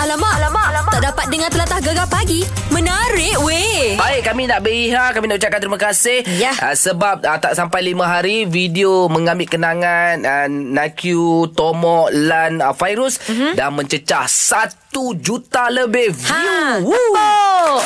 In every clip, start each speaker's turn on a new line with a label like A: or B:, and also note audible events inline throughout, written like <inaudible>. A: Alamak, alamak, alamak. Tak dapat dengar telatah gegar pagi. Menarik weh.
B: Baik, kami nak beriha, kami nak ucapkan terima kasih
A: Ya.
B: uh, sebab uh, tak sampai lima hari video mengambil kenangan uh, Nakyu, Tomo, Lan, uh, Fairuz uh-huh. dah mencecah satu juta lebih view.
A: Mhm. Ha,
B: Woo.
A: tepuk.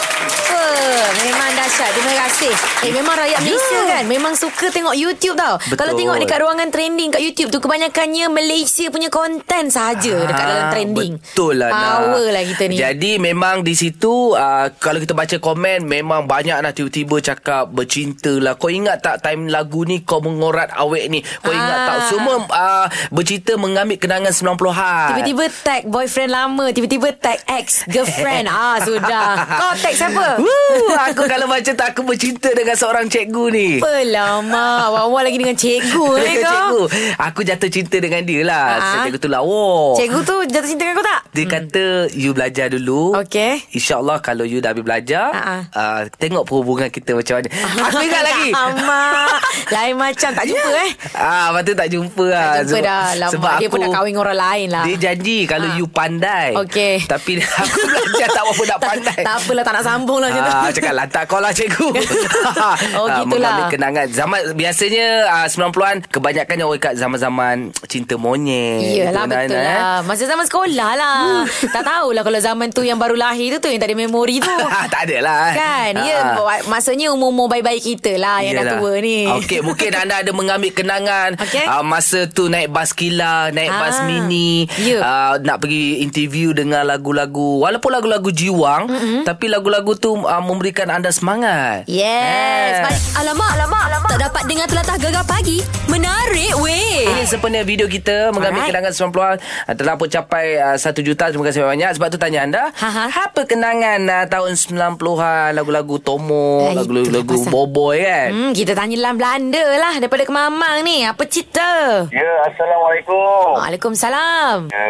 A: Wah, Memang dahsyat. Terima kasih. Eh, memang rakyat Malaysia kan memang suka tengok YouTube tau.
B: Betul.
A: Kalau tengok dekat ruangan trending kat YouTube tu kebanyakannya Malaysia punya konten sahaja Ya, dekat
B: Ah,
A: dalam trending.
B: Betul lah Nak.
A: Power lah kita ni.
B: Jadi memang di situ uh, Kalau kita baca komen Memang banyak lah Tiba-tiba cakap Bercinta lah Kau ingat tak Time lagu ni Kau mengorat awek ni Kau ingat
A: Ah.
B: tak Semua uh, Bercinta mengambil kenangan 90-an
A: Tiba-tiba tag boyfriend lama Tiba-tiba tag ex
B: <laughs>
A: Girlfriend Ah sudah Kau tag siapa?
B: Woo, aku kalau macam tak Aku bercinta dengan seorang cikgu ni
A: Pelama Awal-awal lagi dengan cikgu eh,
B: Dengan
A: kau.
B: <laughs> cikgu Aku jatuh cinta dengan dia lah
A: Ah.
B: uh-huh. Cikgu tu lawa
A: Cikgu tu jatuh cinta dengan kau tak?
B: Dia hmm. kata You belajar dulu
A: Okey.
B: InsyaAllah kalau you dah habis belajar
A: Ha, ha.
B: uh-huh. uh, Tengok perhubungan kita macam mana
A: <laughs>
B: Aku ingat lagi
A: Alamak Lain macam Tak jumpa eh
B: Ah, lepas tu tak jumpa lah
A: Tak jumpa dah Lama sebab dia pun nak kahwin dengan orang lain lah
B: Dia janji kalau
A: Ah.
B: you pandai
A: Okey.
B: Tapi <laughs> aku belajar tak apa-apa nak
A: tak,
B: pandai
A: tak apalah Tak nak sambung lah macam tu <laughs>
B: Ah, cakap lantak kau lah cikgu
A: Oh,
B: Ah,
A: gitulah.
B: Mengambil kenangan Zaman biasanya ah, 90-an Kebanyakannya orang kat zaman-zaman Cinta monyet
A: Yelah
B: gitu,
A: betul
B: eh.
A: lah Masa zaman sekolah lah
B: Hmm.
A: Tak tahulah kalau zaman tu Yang baru lahir tu tu Yang tak ada memori
B: <laughs>
A: tu
B: <laughs> tak ada lah eh.
A: Kan Ya
B: Ah.
A: yeah, Maksudnya umur-umur baik-baik kita lah Yang dah
B: Yelah.
A: tua ni
B: Okey mungkin anda ada mengambil kenangan
A: Okey.
B: uh, Masa tu naik bas kilar Naik
A: Ah,
B: bas mini
A: ya.
B: uh, Nak pergi interview dengan lagu-lagu Walaupun lagu-lagu jiwang mm-hmm. Tapi lagu-lagu tu uh, memberikan anda semangat
A: Yes.
B: Eh.
A: Balik- Alamak, alamak, alamak. Tak dapat dengar telatah gegar pagi. Menarik weh.
B: Ini sempena video kita mengambil
A: Alright.
B: kenangan 90-an uh, telah pun capai uh, 1 juta. Terima kasih banyak. Sebab tu tanya anda,
A: Ha, ha.
B: apa kenangan uh, tahun 90-an lagu-lagu Tomo,
A: Eh, itulah
B: lagu-lagu
A: pasal.
B: Boboy kan?
A: Hmm, kita tanya dalam Belanda lah daripada Kemamang ni. Apa cerita?
C: Ya, Assalamualaikum.
A: Waalaikumsalam.
C: Ya.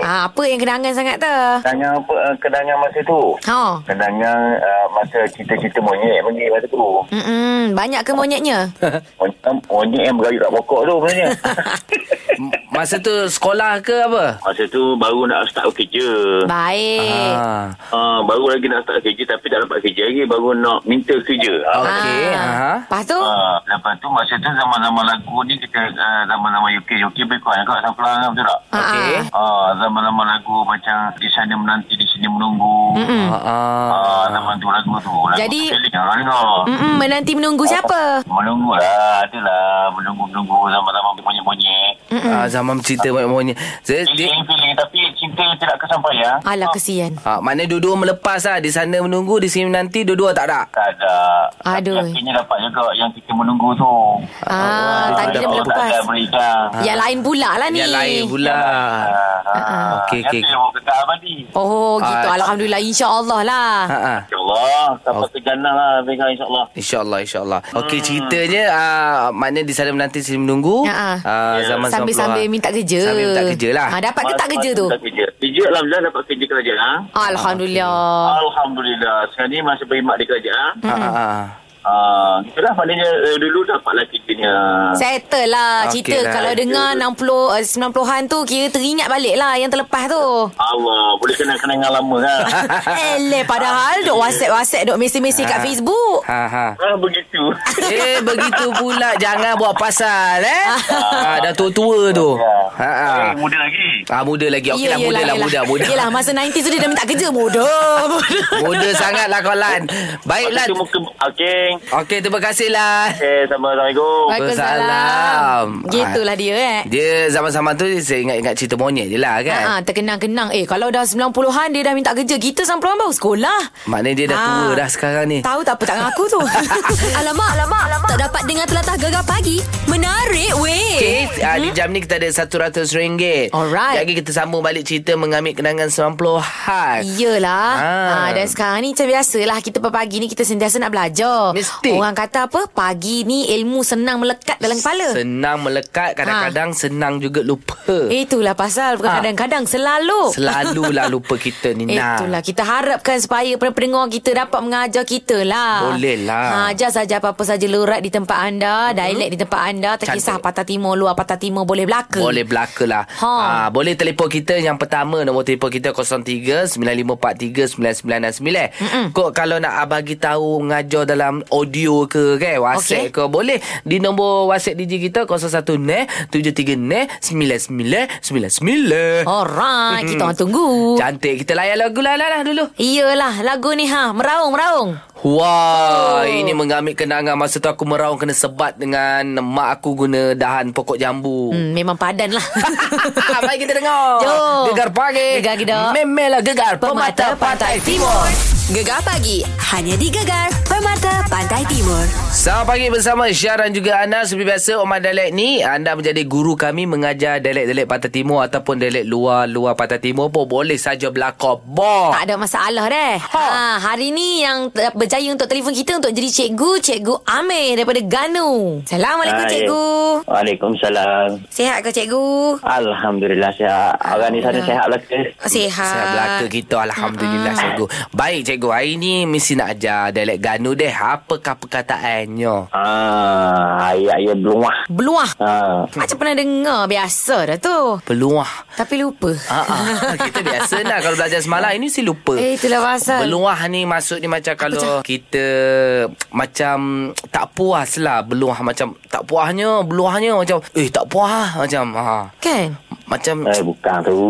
A: Ah, apa yang kenangan sangat tu?
C: Kenangan apa? eh, Kenangan masa tu.
A: Ha.
C: Kenangan uh, masa cita-cita monyet pergi masa tu.
A: Mm-mm, banyak ke monyetnya?
C: Monyet, monyet yang berayut kat pokok tu
A: <laughs>
C: sebenarnya.
A: Hmm?
B: M- Masa tu sekolah ke apa?
C: masa tu baru nak start kerja.
A: Baik.
B: Ah.
C: Uh, baru lagi nak start kerja tapi tak dapat kerja lagi. Baru nak minta kerja. Ah,
B: Ah. okey, aha.
A: Lepas tu?
C: Ah, lepas tu masa tu zaman-zaman lagu ni kita uh, zaman-zaman UK UK berikut kan kat Samplang kan betul tak?
A: Ah,
B: okey.
A: ah.
C: Ah, zaman-zaman lagu macam di sana menanti di sini menunggu.
B: Hmm.
C: Ah, zaman tu lagu tu. Lagu
A: Jadi- Hmm.
C: tu feeling orang dengar.
A: Mm-mm, menanti menunggu siapa?
C: Menunggu lah, adalah menunggu-menunggu sama-sama monyet-monyet.
A: Hmm.
B: Ah, zaman cerita monyet. Saya dia
C: Feeling-feeling tapi cinta tidak kesampaian.
A: Alah, kesian.
B: Ah, mana dua-dua melepas lah Di sana menunggu Di sini nanti Dua-dua tak ada
C: Tak ada.
A: Aduh.
C: Tapi akhirnya dapat juga yang kita menunggu tu.
A: Ah,
C: Ah,
A: tadi dia
C: Allah
A: melepas.
C: Ta'ala berikan.
A: Yang lain pula lah ni.
B: Ah. Yang lain pula
C: Ah, ah.
B: Okey,
C: Yang
B: okey.
C: tu yang orang kata abadi.
A: Oh, gitu.
B: Ah.
A: Alhamdulillah. InsyaAllah lah.
B: ha, ha.
C: InsyaAllah, sampai ke jannah lah, Vega, insyaAllah.
B: InsyaAllah InsyaAllah Okey ceritanya ah, Maknanya di sana menanti Di sini menunggu
A: Ha, ha.
B: Ah, Zaman 90-an.
A: Sambil-sambil minta kerja.
B: Sambil minta kerja lah
A: Ah, dapat ke tak
C: Mas-
A: kerja
C: mas-
A: tu?
C: Tak kerja. Kerja, Alhamdulillah dapat kerja kerajaan.
B: Ah,
A: Alhamdulillah.
C: Alhamdulillah. Sekarang ni masih berkhidmat di kerajaan.
B: ha,
A: Hmm.
B: ha, ha.
C: Ah, itulah maknanya
D: eh,
C: uh, dulu dapatlah kitanya.
A: Settle lah
B: Okey
A: cerita
B: lah.
A: Kalau dengar 60 eh, 90-an tu Kira teringat balik lah Yang terlepas
B: <laughs>
A: tu
C: Allah, boleh kenang-kenangan lama
D: lah.
C: kan?
A: Eleh padahal Duk whatsapp-whatsapp Duk mesej-mesej kat Facebook
B: Ha, ha.
C: ah, begitu.
B: Eh begitu pula Jangan buat pasal eh ah, Dah tua-tua tu
D: Ya.
B: ha, ha.
C: Eh, muda lagi.
B: Ah muda lagi Okey lah muda lah muda muda.
A: Ya, Yelah masa 90 tu dia dah minta kerja Muda <laughs> muda.
B: Muda sangat lah kau Lan Baik Lan
C: Lepas tu muka,
D: ah,
C: okay.
B: Okey terima kasih Lan
C: Okay, sama. Assalamualaikum.
B: Waalaikumsalam.
A: Gitulah dia eh
B: Dia zaman-zaman tu Saya ingat-ingat cerita monyet je lah kan
A: Ha, terkenang-kenang Eh kalau dah 90-an Dia dah minta kerja Kita 90-an baru sekolah
B: Maknanya dia dah
A: Ah.
B: tua dah sekarang ni
A: Tahu tak apa tak ngaku
B: <laughs>
A: tu alamak, alamak, alamak Tak dapat dengar telatah gegar pagi Menarik weh
B: Okay, uh, di jam ni kita ada RM100
A: Mhm. Alright.
B: Lagi kita sambung balik cerita Mengambil kenangan 90-an
A: Yelah
B: Ah.
A: Ah, ha. Dan sekarang ni macam biasalah Kita pagi ni kita sentiasa nak belajar
B: Ni optimistik.
A: Orang kata apa? Pagi ni ilmu senang melekat dalam kepala. Ha.
B: Senang melekat Kadang-kadang senang juga lupa
A: Itulah pasal
B: Ha.
A: kadang-kadang selalu.
B: Selalulah lupa
A: <laughs>
B: kita ni Nah
A: Itulah kita harapkan supaya para pendengar kita dapat mengajar kita lah.
B: Boleh lah.
A: Ha, ajar saja apa-apa saja lorat di tempat anda, hmm. dialek di tempat anda, tak kisah
B: Cantik.
A: patah timur luar patah timur boleh belaka.
B: Boleh belaka lah
A: Ha.
B: ha. Boleh telefon kita Yang pertama Nombor telefon kita 03-9543-9999 Kok kalau nak bagi tahu Ngajar dalam audio ke kan WhatsApp
A: Okey.
B: okay. ke Boleh Di nombor WhatsApp DJ kita 01 ne 73 ne 9999
A: Alright, kita orang tunggu.
B: Hmm. Cantik Kita layan lagu lah, lah, lah dulu
A: Iyalah lagu ni ha meraung meraung.
B: Wah,
A: Oh.
B: oh. ini mengambil kenangan masa tu aku meraung kena sebat dengan mak aku guna dahan pokok jambu. Hmm.
A: Hmm, memang padan lah.
B: <laughs> Mari kita dengar.
A: Jom.
B: Gegar pagi.
A: Gegar gedor.
B: Memelah gegar pemata pantai timur.
E: Gegar pagi hanya di Gegar Permata Pantai Timur.
B: Selamat pagi bersama Syah dan juga Ana. Seperti biasa, Omar Dialek ni, anda menjadi guru kami mengajar dialek-dialek Pantai Timur ataupun dialek luar-luar Pantai Timur pun boleh saja belakang. Bo.
A: Tak ada masalah deh. Ha.
B: Ha.
A: hari ni yang te- berjaya untuk telefon kita untuk jadi cikgu, cikgu Amir daripada Ganu. Assalamualaikum
D: Hai.
A: cikgu.
D: Waalaikumsalam.
A: Sihat ke cikgu?
D: Alhamdulillah sihat. Orang di sana sihat lah ke?
A: Sihat.
B: Saya Hmm, belaka kita Alhamdulillah cikgu Baik cikgu Hari ni mesti nak ajar Dialek Ganu deh Apakah perkataannya
D: Ah, ayat ya belum lah.
A: Beluah.
D: Ah.
A: Macam pernah dengar biasa dah tu.
B: Peluah
A: Tapi lupa.
B: Ah,
A: <laughs>
B: ah. Kita biasa lah Kalau belajar semalam Ini mesti lupa
A: Eh, itulah pasal.
B: Beluah ni maksud ni macam Kalau kita Macam Tak puas lah Beluah macam Tak puasnya Beluahnya macam Eh tak puas lah. Macam ha.
A: Kan?
B: Macam
D: Eh, bukan tu.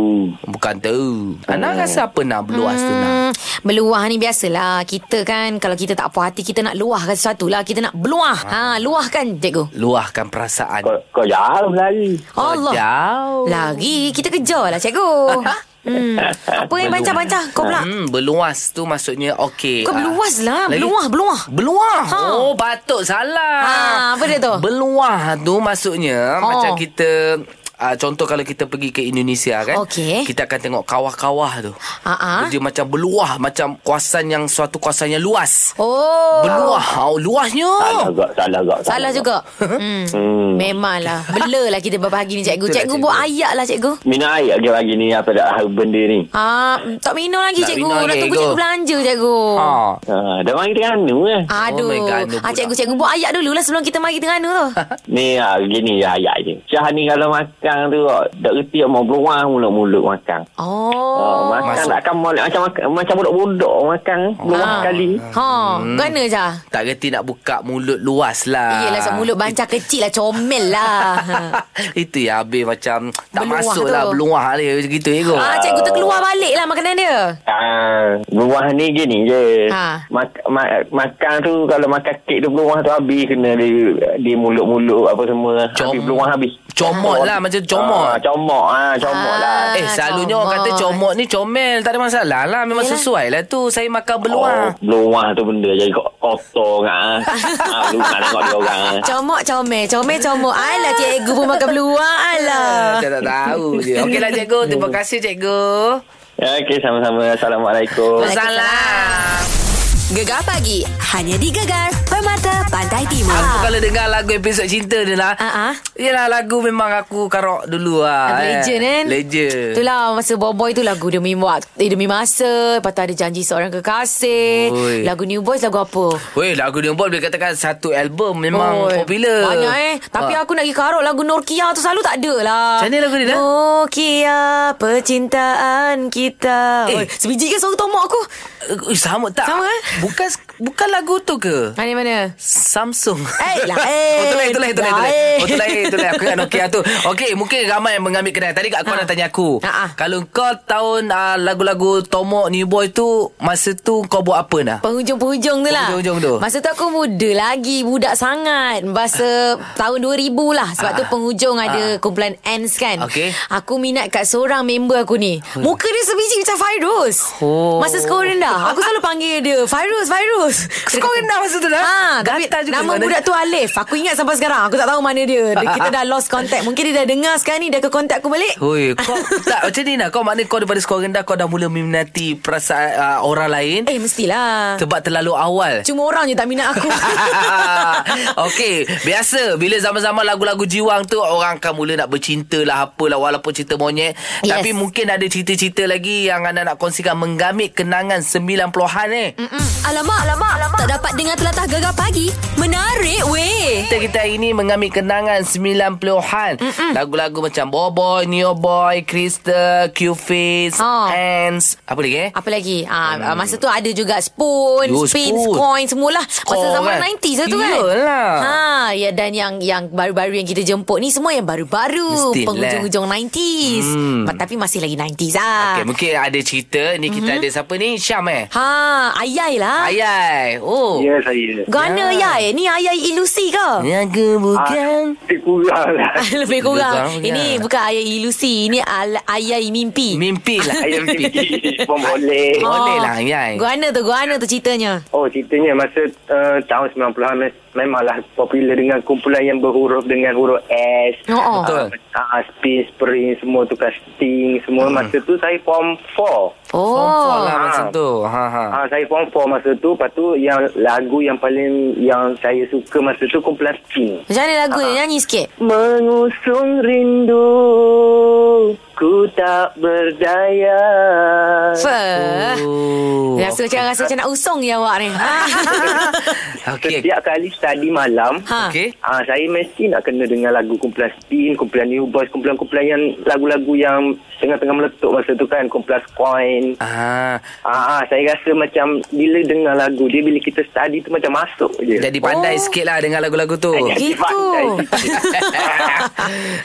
B: Bukan tahu Ana rasa apa nak Beluah tu nak
A: Hmm, Berluah ni biasalah. Kita kan kalau kita tak puas hati kita nak luahkan sesuatu lah. Kita nak berluah.
B: Ah.
A: Ha, luahkan cikgu.
B: Luahkan perasaan
D: Kau, kau jauh lari.
B: Oh,
A: Allah.
B: Jauh
A: Lari kita kejar lah
B: <laughs>
A: cikgu. Hmm. Apa yang bancah-bancah kau pula?
B: Hmm, berluas tu maksudnya okey.
A: Kau
B: Ah.
A: berluas lah.
B: Lagi-
A: Berluah, berluah.
B: Berluah.
A: Ha.
B: Ha. Oh, patut
A: Ha,
B: salah.
A: apa dia tu?
B: Berluah tu maksudnya
A: Oh.
B: macam kita Uh, contoh kalau kita pergi ke Indonesia kan
A: Okey.
B: Kita akan tengok kawah-kawah tu
A: Ha, ha.
B: Dia macam berluah Macam kuasan yang Suatu kuasan yang luas
A: Oh.
B: Berluah oh, Luasnya
D: Salah gak, salah gak.
A: Salah
D: gak.
A: juga. Hmm.
D: Hmm.
A: Memanglah. Bela lah kita berbahagi ni cikgu.
B: Itulah,
A: Cikgu buat
B: cikgu.
A: ayak lah cikgu.
D: Minum air lagi pagi ni apa dah hal benda ni.
A: Ah, tak minum lagi
B: Tak
A: cikgu.
B: minum
A: Nak
B: lagi,
A: tunggu
B: cikgu.
A: cikgu belanja cikgu.
B: ha.
D: Ha, dah mari Terengganu eh.
A: Aduh.
B: Oh my God, dia
A: ah,
B: pula.
A: cikgu, cikgu buat ayak dulu lah sebelum kita mari Terengganu tu.
B: <laughs>
D: Ni ha, gini je ayat je. Syah ni kalau makan tu, oh, tak reti mau beluang mulut-mulut makan.
A: oh.
D: Oh, makan
B: Masuk.
D: tak akan molek macam makan- macam budak-budak makan
B: Ah.
D: beluang sekali.
A: Ah. Ha, hmm. kena je.
B: Tak kerti nak buka mulut luas lah
A: Yelah, sebab mulut bancah kecil lah, comel lah. ha.
B: <laughs> Itu ya habis macam Tak
A: Berluah
B: masuk
A: tu.
B: lah Berluah dia Macam gitu je
A: Ah, cikgu terkeluar balik lah makanan dia.
D: Ah, beruah ni gini je.
A: Ha.
D: Mak, ma, makan tu kalau makan kek tu beruah tu habis kena di, di mulut-mulut apa semua.
B: Com-
D: habis beruah habis.
B: Comot lah, macam comot.
D: Ah, comot ah, comot
A: Ah.
D: lah.
B: Eh selalunya orang kata comot ni comel Tak ada masalah lah Memang
A: Yelah.
B: Yelah. sesuai lah tu Saya makan beluah
D: Oh, beruah tu benda jadi ko- kotor kan.
B: <laughs>
D: ah, lu nak tengok dia orang.
B: Eh.
D: ah.
A: Comok, comel. Comel, comok. Alah, cikgu pun makan beluar. Alah.
B: Eh, Saya tak
A: <laughs>
B: tahu je Okeylah cikgu Terima
A: Oh.
B: kasih cikgu
D: Ya, Okey, sama-sama. Assalamualaikum.
B: Wassalam
E: Gegar pagi hanya di Gegar Permata Pantai Timur.
B: Aku kalau dengar lagu episod cinta ni lah
A: Ah, ah.
B: Yelah lagu memang aku karok dulu lah
A: Lagu legend kan
B: Legend
A: Itulah masa boy-boy tu lagu demi waktu eh, demi masa lepas tu ada janji seorang kekasih
B: Oi.
A: lagu new boys lagu apa
B: Weh lagu dia pun boleh katakan Satu album
A: Oi,
B: memang popular
A: Banyak eh Tapi
B: Ah.
A: aku nak pergi karok Lagu Nokia tu selalu tak ada lah
B: Macam mana lagu dia, Dah?
A: Nokia Percintaan kita
B: Eh.
A: Oi, Sebiji ke suara tomok aku
B: Eh, Sama tak
A: Sama, eh?
B: Bukan bukan lagu tu ke
A: Mana mana
B: Samsung <laughs>
A: Eh, lah, eh.
B: Oh tu lain tu lain tu lain
A: Lain.
B: tu lain Oh tu lain tu lain Aku ingat Nokia tu Okey mungkin ramai yang mengambil kenal Tadi kat kau
A: Ha.
B: nak tanya aku
A: Ha, ha.
B: Kalau kau tahun ah, lagu-lagu Tomok New Boy tu Masa tu kau buat apa nak?
A: Penghujung-penghujung tu lah
B: Penghujung-penghujung tu.
A: Masa tu aku muda lagi Budak sangat Masa tahun 2000 lah Sebab
B: Ah.
A: tu penghujung ada
B: Ah.
A: Kumpulan Ants kan
B: Okey. Hmm.
A: Aku minat kat seorang member aku ni Muka dia sebiji biji macam Fairuz.
B: Oh.
A: Masa sekolah rendah. Aku selalu panggil dia, Fairuz, Fairuz.
B: Sekolah rendah masa tu dah?
A: Ha, tapi
B: Gatal juga
A: nama
B: sebenarnya.
A: budak tu Alif. Aku ingat sampai sekarang. Aku tak tahu mana dia.
B: <laughs>
A: dia kita dah lost contact. Mungkin dia dah dengar sekarang ni. Dia ke contact aku balik.
B: Hui, kau <laughs> tak macam ni nak. Kau maknanya kau daripada sekolah rendah kau dah mula minati perasaan uh, orang lain
A: Eh, mestilah.
B: sebab terlalu awal.
A: Cuma orang je tak minat
B: <laughs>
A: aku. <laughs>
B: Oh, Okey, biasa bila zaman-zaman lagu-lagu jiwang tu orang akan mula nak bercinta lah apalah walaupun cerita monyet.
A: Yes.
B: Yes. Tapi mungkin ada cerita-cerita lagi yang anda nak kongsikan menggamit kenangan 90-an eh. Mm.
E: Mm. Alamak, alamak, alamak. Tak dapat dengar telatah gegar pagi. Menarik weh.
B: Kita kita hari ni mengambil kenangan 90-an. Mm-mm. Lagu-lagu macam Boboy, Neo Boy, Crystal, Q-Face,
A: Oh.
B: oh. Hands, apa lagi eh?
A: Apa lagi? Ha, hmm. Masa tu ada juga spoon,
B: Yo,
A: spin,
B: spoon.
A: coin semualah. Masa
B: Score,
A: zaman
B: kan?
A: 90s lah tu kan.
B: Iyalah.
A: Ha, ya dan yang yang baru-baru yang kita jemput ni semua yang baru-baru,
B: Mestilah.
A: penghujung-hujung 90s.
B: lah. Hmm.
A: Ma- Tapi masih lagi 90s ah.
B: Okay, mungkin ada cerita. Ni kita mm-hmm. ada siapa ni? Syam eh?
A: Ha, Ayai lah.
B: Ayai. Oh.
C: Ya saya
A: Gana ya. Ayai. Ni Ayai ilusi ke?
B: Naga bukan.
C: Lebih kurang lah
A: <laughs> Lebih
B: Lebih kurang,
A: kurang.
B: ya.
A: Ini bukan Ayai ilusi, ini al- Ayai mimpi.
B: Mimpi lah.
C: Saya macam
B: <laughs>
C: fikir Pun boleh
B: Oh. Boleh lah, Ayai.
A: Guana tu, guana tu ceritanya.
C: Oh ceritanya masa uh, tahun 90-an me- Memanglah popular dengan kumpulan yang berhuruf dengan huruf S
A: Oh, oh.
B: Betul.
C: uh, Space, Spring, semua tukar sting Semua hmm. masa tu saya form 4
B: Form 4
A: Oh.
B: lah masa tu. Ha ha.
D: Hmm.
C: Ah, saya form 4 masa tu Lepas tu yang lagu yang paling Yang saya suka masa tu Kumpulan Sting
A: Macam mana lagu dia? Nyanyi sikit.
C: Mengusung rindu Ku tak berdaya
A: Fah.
B: Oh.
A: Rasa macam rasa macam nak usung je awak ni. Ha.
B: Okey.
C: Setiap kali study malam
A: Ha.
B: Okey.
C: Ah, saya mesti nak kena dengan lagu kumpulan Steen, kumpulan New Boys, kumpulan-kumpulan yang lagu-lagu yang tengah-tengah meletup masa tu kan, kumpulan Coin.
B: Ah,
C: Ah, ah, saya rasa macam bila dengar lagu dia bila kita study tu macam masuk je.
B: jadi pandai
A: Oh.
B: oh. sikit lah dengan lagu-lagu tu.
C: Saya jadi
A: Gitu. <laughs>
C: pandai sikit.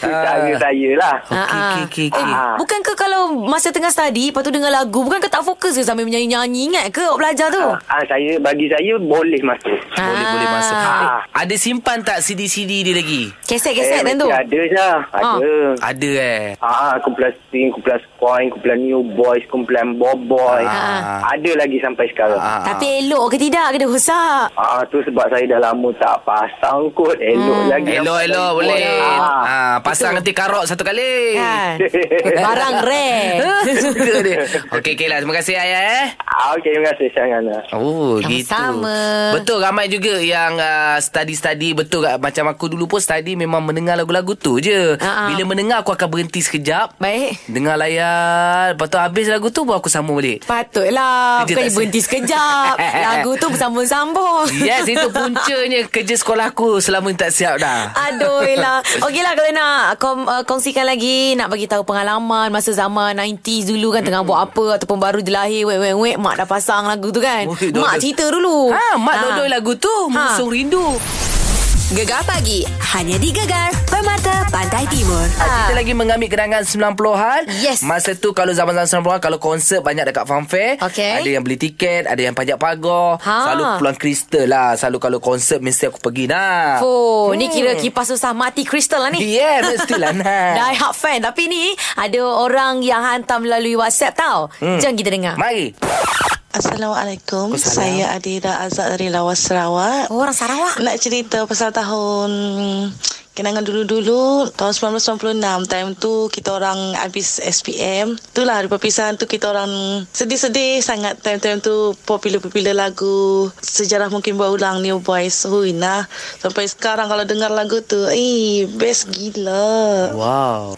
C: Itu cara saya lah.
B: Okey, okey, okey, okey.
C: Ah.
A: Bukan ke kalau masa tengah study, lepas tu dengar lagu, bukan ke tak fokus ke sambil menyanyi-nyanyi? Ingat ke awak belajar tu?
C: Ah, saya bagi saya boleh masuk.
B: Boleh boleh masuk.
A: Ah.
B: Eh, ada simpan tak CD-CD dia lagi?
A: Keset-keset
C: Eh,
A: kan tu?
C: mesti Ada je. Ada.
B: Ada eh.
C: Ah, kumpulan Sting, kumpulan Coin, kumpulan New Boys, kumpulan Boboy.
B: Ah.
C: Ada lagi sampai sekarang.
B: Ah.
A: Tapi elok ke tidak kena rosak?
C: Ah tu sebab saya dah lama tak pasang kot. Elok hmm. lagi.
B: Elok elok boleh. Ah,
C: Ah.
B: pasang nanti karok satu kali.
A: Kan? Barang rare.
B: <laughs> Suka <laughs> dia. Okey, okey lah. Terima kasih Ayah eh.
C: ah okey terima kasih Syangana.
B: Oh
A: Sama-sama.
B: gitu Betul ramai juga yang uh, study-study Betul tak? Macam aku dulu pun study Memang mendengar lagu-lagu tu je
A: Ha-ha.
B: Bila mendengar aku akan berhenti sekejap
A: Baik.
B: Dengar layar Lepas tu habis lagu tu Baru aku sambung balik
A: Patutlah.
B: Kerja
A: Bukan
B: tak
A: berhenti sekejap. Lagu tu bersambung-sambung.
B: Yes
A: <laughs>
B: itu puncanya Kerja sekolah aku Selama ni tak siap dah
A: Aduh lah. Okeylah kalau nak kom, uh, kongsikan lagi nak bagi tahu pengalaman masa zaman 90s dulu kan tengah buat apa ataupun baru je lahir wek wek wek mak dah pasang lagu tu kan.
B: Ui,
A: mak
B: dodol.
A: cerita dulu.
B: <laughs> Ha, mak dodoi lagu tu
A: Ha.
B: Mengusung rindu
E: Gegar pagi. Hanya di Gegar Permata Pantai Timur.
B: Kita lagi mengambil kenangan
A: Ah.
B: 90-an
A: Yes.
B: Masa tu kalau zaman-zaman 90-an Kalau konsert banyak dekat fanfare
A: Okey.
B: Ada yang beli tiket Ada yang pajak pagar
A: Ha.
B: Selalu pulang kristal lah Selalu kalau konsert Mesti aku pergi nak
A: Oh,
B: Hmm.
A: ni kira kipas susah mati kristal lah ni.
B: Yeah
A: <laughs>
B: mestilah nak
A: Die hard fan Tapi ni Ada orang yang hantar melalui WhatsApp tau hmm. Jom kita dengar
B: Mari
F: Assalamualaikum.
B: Waalaikumsalam.
F: Saya Adira Azad dari Lawas Sarawak.
A: Orang Sarawak
F: Nak cerita pasal tahun kenangan dulu-dulu tahun 1996 time tu kita orang habis SPM itulah hari perpisahan tu kita orang sedih-sedih sangat time-time tu popular-popular lagu sejarah mungkin berulang New Boys Hui nah sampai sekarang kalau dengar lagu tu eh best gila
B: Wow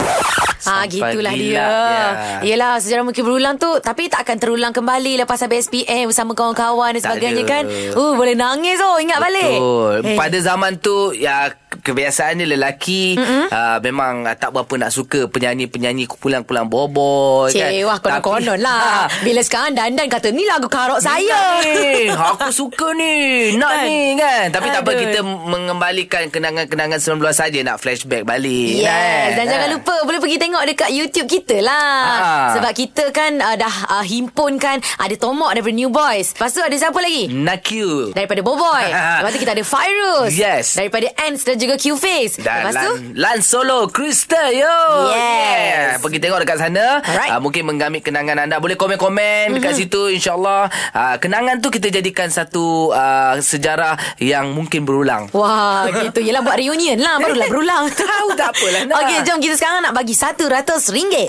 A: Ha
B: Sampai
A: gitulah
B: gila,
A: dia.
B: ya.
A: Yelah sejarah mungkin berulang tu tapi tak akan terulang kembali lepas habis SPM bersama kawan-kawan dan
B: Tak
A: sebagagnya
B: ada.
A: kan. Oh boleh nangis oh ingat balik.
B: Betul.
A: Eh,
B: Pada zaman tu ya kebiasaannya lelaki uh, memang ah, tak berapa nak suka penyanyi-penyanyi kumpulan-kumpulan boboy kan.
A: Cik, wah Eh, konon-konon
B: Tapi-
A: lah.
B: <laughs> Ah,
A: Bila sekarang dandan kata ni lagu karok
B: Nak
A: saya. <laughs>
B: ni. Aku suka ni. Nak
A: Kan?
B: kan? ni kan. Tapi tak apa
A: Aduh.
B: kita mengembalikan kenangan-kenangan 19 saja nak flashback balik.
A: Yes, dan
B: Ah.
A: jangan lupa boleh pergi tengok dekat YouTube kita lah.
B: Ah.
A: Sebab kita kan uh, dah uh, himpunkan ada Tomok daripada New Boys. Lepas tu ada siapa lagi?
B: Nakyu. <laughs>
A: Daripada Boboy Lepas tu kita ada Fairuz
B: Yes.
A: Daripada Ants dan juga Q-Face
B: Dan
A: Lepas tu?
B: Lan, Lan Solo Krista yo.
A: Yes.
B: Yeah. Pergi tengok dekat sana.
A: Alright. Mhm.
B: Ah, mungkin mengambil kenangan anda. Boleh komen-komen mm-hmm. dekat situ insyaallah. Ah, kenangan tu kita jadikan satu ah, sejarah yang mungkin berulang.
A: Wah, gitu. Yelah buat reunion lah. Barulah berulang.
B: <laughs> Tahu tak apalah, nak.
A: Okey, jom kita sekarang nak bagi RM100.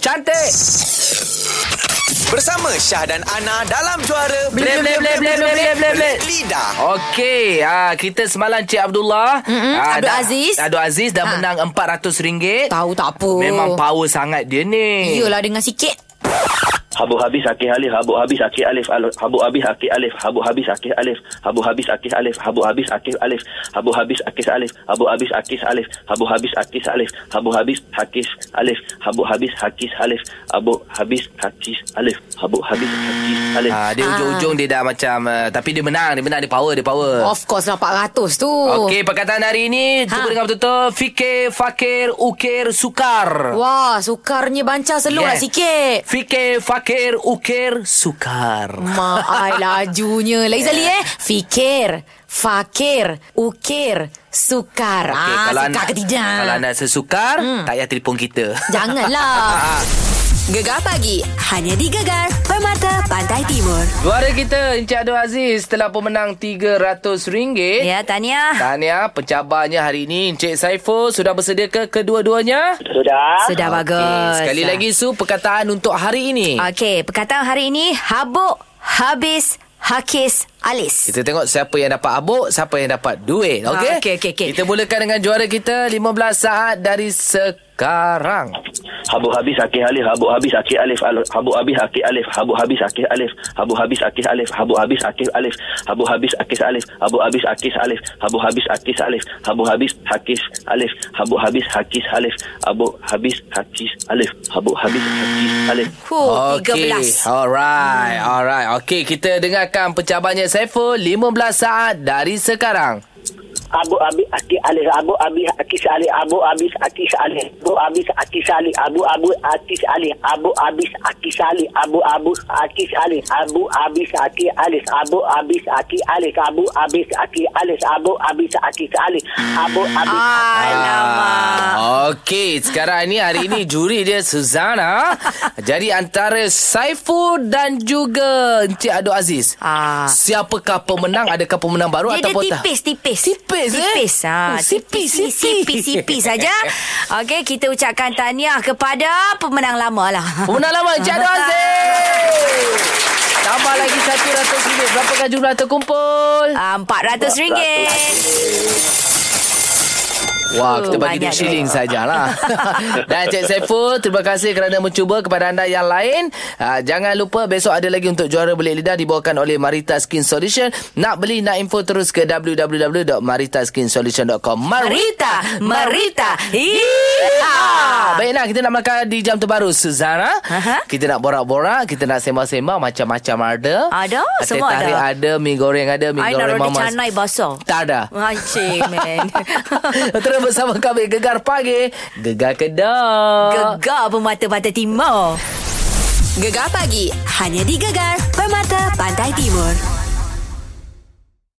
B: Cantik.
G: Bersama Syah dan Ana dalam juara
B: Bleh, bleh, bleh, bleh, bleh, bleh, bleh, bleh.
G: Lidah.
B: Okey, ah kita semalam Cik Abdullah,
A: Mm-mm,
B: ah,
A: Abdul
B: dah-
A: Aziz.
B: Abdul Aziz dah
A: Ha.
B: menang RM400.
A: Tahu tak apa.
B: Memang power sangat dia ni.
A: Yelah dengan sikit.
D: Habu habis akih alif Habu habis akih alif al- Habu habis akih alif Habu habis akih alif Habu habis akih alif Habu habis akih alif Habu habis akih alif Habu habis akih alif Habu habis akih alif Habu habis hakis alif Habu habis hakis alif Habu habis hakis alif Habu habis hakis alif
B: Ah, dia ujung-ujung dia dah macam uh, tapi dia menang, dia menang, dia power, dia power.
A: Of course lah 400 tu.
B: Eh. Okey, perkataan hari ini ha.
A: Ha.
B: cuba dengar betul-betul. Fikir, fakir, ukir, sukar.
A: Wah, sukarnya banca selur
B: Yeah.
A: lah sikit.
B: Fikir, fakir, ukir, sukar.
A: Mak
B: <laughs>
A: ai lajunya. Lagi sekali eh. Fikir, fakir, ukir, sukar. Okay, ah,
B: kalau
A: sukar
B: anda-
A: ke tidak?
B: Kalau anda sesukar, hmm. tak payah telefon kita. <laughs>
A: Janganlah.
B: Ah,
E: Gegar pagi hanya di Gegar Permata Pantai Timur.
B: Juara kita Encik Abdul Aziz telah pemenang RM300.
E: Ya, Tania.
B: Tahniah pencabarnya hari ini Encik Saiful sudah bersedia ke kedua-duanya?
D: Sudah
E: Sudah bagus.
B: Ah, Okey, sekali lagi Su perkataan untuk hari ini.
E: Okey, perkataan hari ini habuk, habis, hakis, alis.
B: Kita tengok siapa yang dapat abuk, siapa yang dapat duit.
E: Ah,
B: Okey?
E: okey, okey, okey.
B: Kita mulakan dengan juara kita 15 saat dari sekarang.
D: Habu habis akih alif Habu habis akih alif al- Habu habis akih alif Habu habis akih alif Habu habis akih alif Habu habis akih alif Habu habis akih alif Habu habis akih alif Habu habis akih alif Habu habis hakis alif Habu habis hakis alif Habu habis hakis alif Habu habis hakis alif
E: Huh,
B: Okey.
E: 13.
B: Alright,
E: Hmm.
B: alright. Okey, kita dengarkan pencabarnya Saiful 15 saat dari sekarang.
C: Abu Abi Aki Ali Abu Abi Aki Ali Abu Abi Aki Ali Abu Abi Aki Ali Abu Abu Aki Ali Abu Abi Aki Ali Abu Abu Aki Ali Abu Abi Aki Ali Abu Abi Aki Ali Abu Abi Aki Ali Abu Abi Aki Ali Abu Abi
E: Alamak.
B: Ah, Okey, sekarang ni hari ini juri dia Suzana. Jadi antara Saiful dan juga Encik Aduk Aziz.
E: Ah.
B: Siapakah pemenang? Adakah pemenang
E: Dia,
B: baru
E: dia
B: ataupun tak?
E: tipis, tipis.
B: Tipis, eh?
E: Tipis, ha.
B: Oh, sipis,
E: tipis,
B: sipis.
E: sipis, sipis
B: <laughs>
E: saja. Okey, kita ucapkan tahniah kepada pemenang lama lah.
B: Pemenang lama Encik Aduk
E: <laughs>
B: Aziz. Tambah lagi RM100. Berapakah jumlah terkumpul?
E: Ah, RM400.
B: Wah,
E: Oh,
B: kita bagi dia
E: banyak
B: shilling
E: duit. <laughs>
B: sajalah. Dan Cik Saiful, terima kasih kerana mencuba kepada anda yang lain. Uh, jangan lupa besok ada lagi untuk juara belit lidah dibawakan oleh Marita Skin Solution. Nak beli, nak info terus ke www.maritaskinsolution.com.
E: Marita, Marita.
B: Ah,
E: Yeehaw.
B: baik nak kita nak makan di jam terbaru Suzana.
E: Aha.
B: Kita nak borak-borak, kita nak sembang-sembang macam-macam ada.
E: Ada,
B: Teh
E: semua ada.
B: tarik ada, mi goreng ada, mi
E: Ai naruh
B: goreng
E: di
B: mamas.
E: canai basah.
B: Tak ada.
E: Ancik, man.
B: <laughs> Terus bersama kami Gegar Pagi Gegar Kedah
E: Gegar Permata Pantai Timur. Gegar pagi hanya di Gegar Permata Pantai Timur.